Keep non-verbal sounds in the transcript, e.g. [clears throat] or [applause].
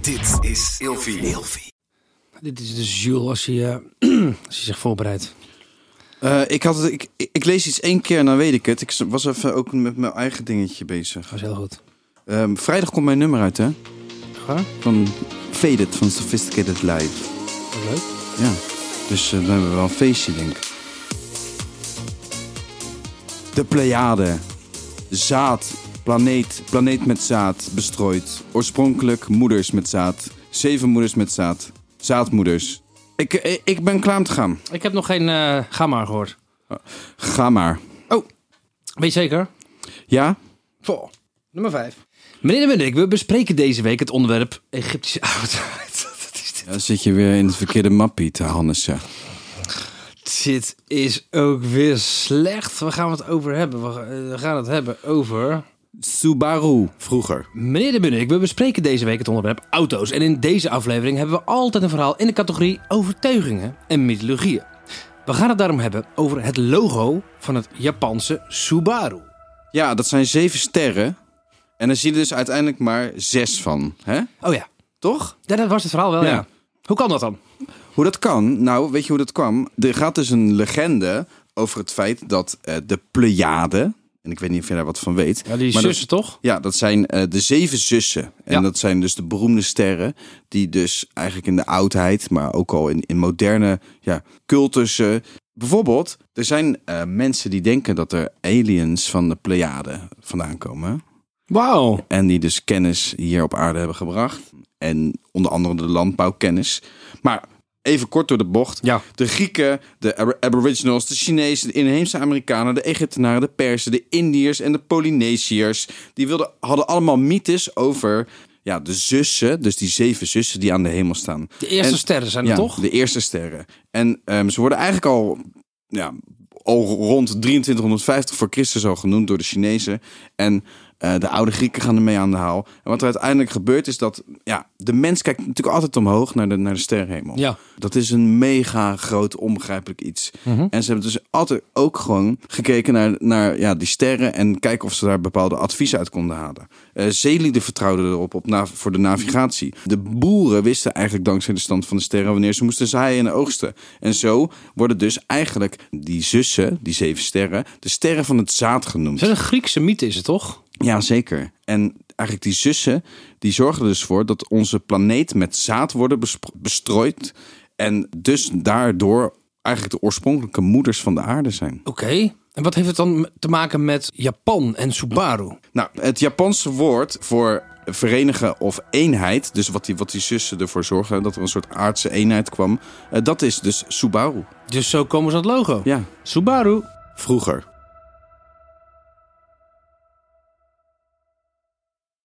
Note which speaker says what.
Speaker 1: Dit is Ilfie.
Speaker 2: Dit is dus Jules als hij, eh, [clears throat] als hij zich voorbereidt.
Speaker 3: Eh, ik, had het, ik, ik lees iets één keer en dan weet ik het. Ik was even ook met mijn eigen dingetje bezig.
Speaker 2: Dat is heel goed.
Speaker 3: Ehm, vrijdag komt mijn nummer uit, hè?
Speaker 2: Ga?
Speaker 3: Van Faded, van Sophisticated Life.
Speaker 2: Wat leuk.
Speaker 3: Ja. Dus eh, dan hebben we wel een feestje, denk ik. De Pleiade. Zaad. Planeet. Planeet met zaad. Bestrooid. Oorspronkelijk moeders met zaad. Zeven moeders met zaad. Zaadmoeders. Ik, ik, ik ben klaar om te gaan.
Speaker 2: Ik heb nog geen eh ga maar gehoord.
Speaker 3: Ga maar.
Speaker 2: Oh. Weet je zeker?
Speaker 3: Ja?
Speaker 2: Voor. Nummer 5. Meneer de Munnik, we bespreken deze week het onderwerp Egyptische [laughs] oudheid. Dat is dit.
Speaker 3: Dan zit je weer in het verkeerde mappie te Hannessen.
Speaker 2: dit is ook weer slecht. Waar gaan we het over hebben? We eh, we gaan het hebben over...
Speaker 3: Subaru. Vroeger.
Speaker 2: Meneer de Munnik, we bespreken deze week het onderwerp auto's. En in deze aflevering hebben we altijd een verhaal in de categorie overtuigingen en mythologieën. We gaan het daarom hebben over het logo van het Japanse Subaru.
Speaker 3: Ja, dat zijn zeven sterren. En dan zie je dus uiteindelijk maar zes van. Hè?
Speaker 2: Oh ja,
Speaker 3: Toch?
Speaker 2: ja dat was het verhaal wel, ja.
Speaker 3: Ja.
Speaker 2: Hoe kan dat dan?
Speaker 3: Hoe dat kan? Nou, weet je hoe dat kwam? Er gaat dus een legende over het feit dat eh, de Pleiade... En ik weet niet of je daar wat van weet.
Speaker 2: Ja, die
Speaker 3: maar dat-
Speaker 2: zussen toch?
Speaker 3: Ja, dat zijn eh, de zeven zussen. En
Speaker 2: Ja.
Speaker 3: dat zijn dus de beroemde sterren. Die dus eigenlijk in de oudheid, maar ook al in, in moderne ja, cultussen. Bijvoorbeeld, er zijn eh, mensen die denken dat er aliens van de Pleiade vandaan komen.
Speaker 2: Wauw.
Speaker 3: En die dus kennis hier op aarde hebben gebracht. En onder andere de landbouwkennis. Maar even kort door de bocht.
Speaker 2: Ja.
Speaker 3: De Grieken, de Ab- Aboriginals, de Chinezen, de inheemse Amerikanen, de Egyptenaren, de Persen, de Indiërs en de Polynesiërs. Die wilden, hadden allemaal mythes over ja, de zussen, dus die zeven zussen die aan de hemel staan.
Speaker 2: De eerste
Speaker 3: En-
Speaker 2: sterren zijn er
Speaker 3: ja,
Speaker 2: toch?
Speaker 3: De eerste sterren. En ehm, ze worden eigenlijk al, ja, al rond 2350 voor Christus al genoemd door de Chinezen. En eh, de oude Grieken gaan ermee aan de haal. En wat er uiteindelijk gebeurt is dat ja, de mens kijkt natuurlijk altijd omhoog naar de, naar de sterrenhemel.
Speaker 2: Ja.
Speaker 3: Dat is een mega groot onbegrijpelijk iets. En ze hebben dus altijd ook gewoon gekeken naar, naar ja, die sterren en kijken of ze daar bepaalde adviezen uit konden halen. Eh zeelieden vertrouwden erop op na- voor de navigatie. De boeren wisten eigenlijk dankzij de stand van de sterren wanneer ze moesten zaaien en oogsten. En zo worden dus eigenlijk die zussen, die zeven sterren, de sterren van het zaad genoemd.
Speaker 2: Zijn een Griekse mythe is het toch?
Speaker 3: Ja, zeker. En eigenlijk die zussen, die zorgen er dus voor dat onze planeet met zaad worden bespro- bestrooid. En dus daardoor eigenlijk de oorspronkelijke moeders van de aarde zijn.
Speaker 2: Oké. En wat heeft het dan te maken met Japan en Subaru?
Speaker 3: Nou, het Japanse woord voor verenigen of eenheid, dus wat die, wat die zussen ervoor zorgen, dat er een soort aardse eenheid kwam, eh, dat is dus Subaru.
Speaker 2: Dus zo komen ze aan het logo.
Speaker 3: Ja,
Speaker 2: Subaru.
Speaker 3: vroeger.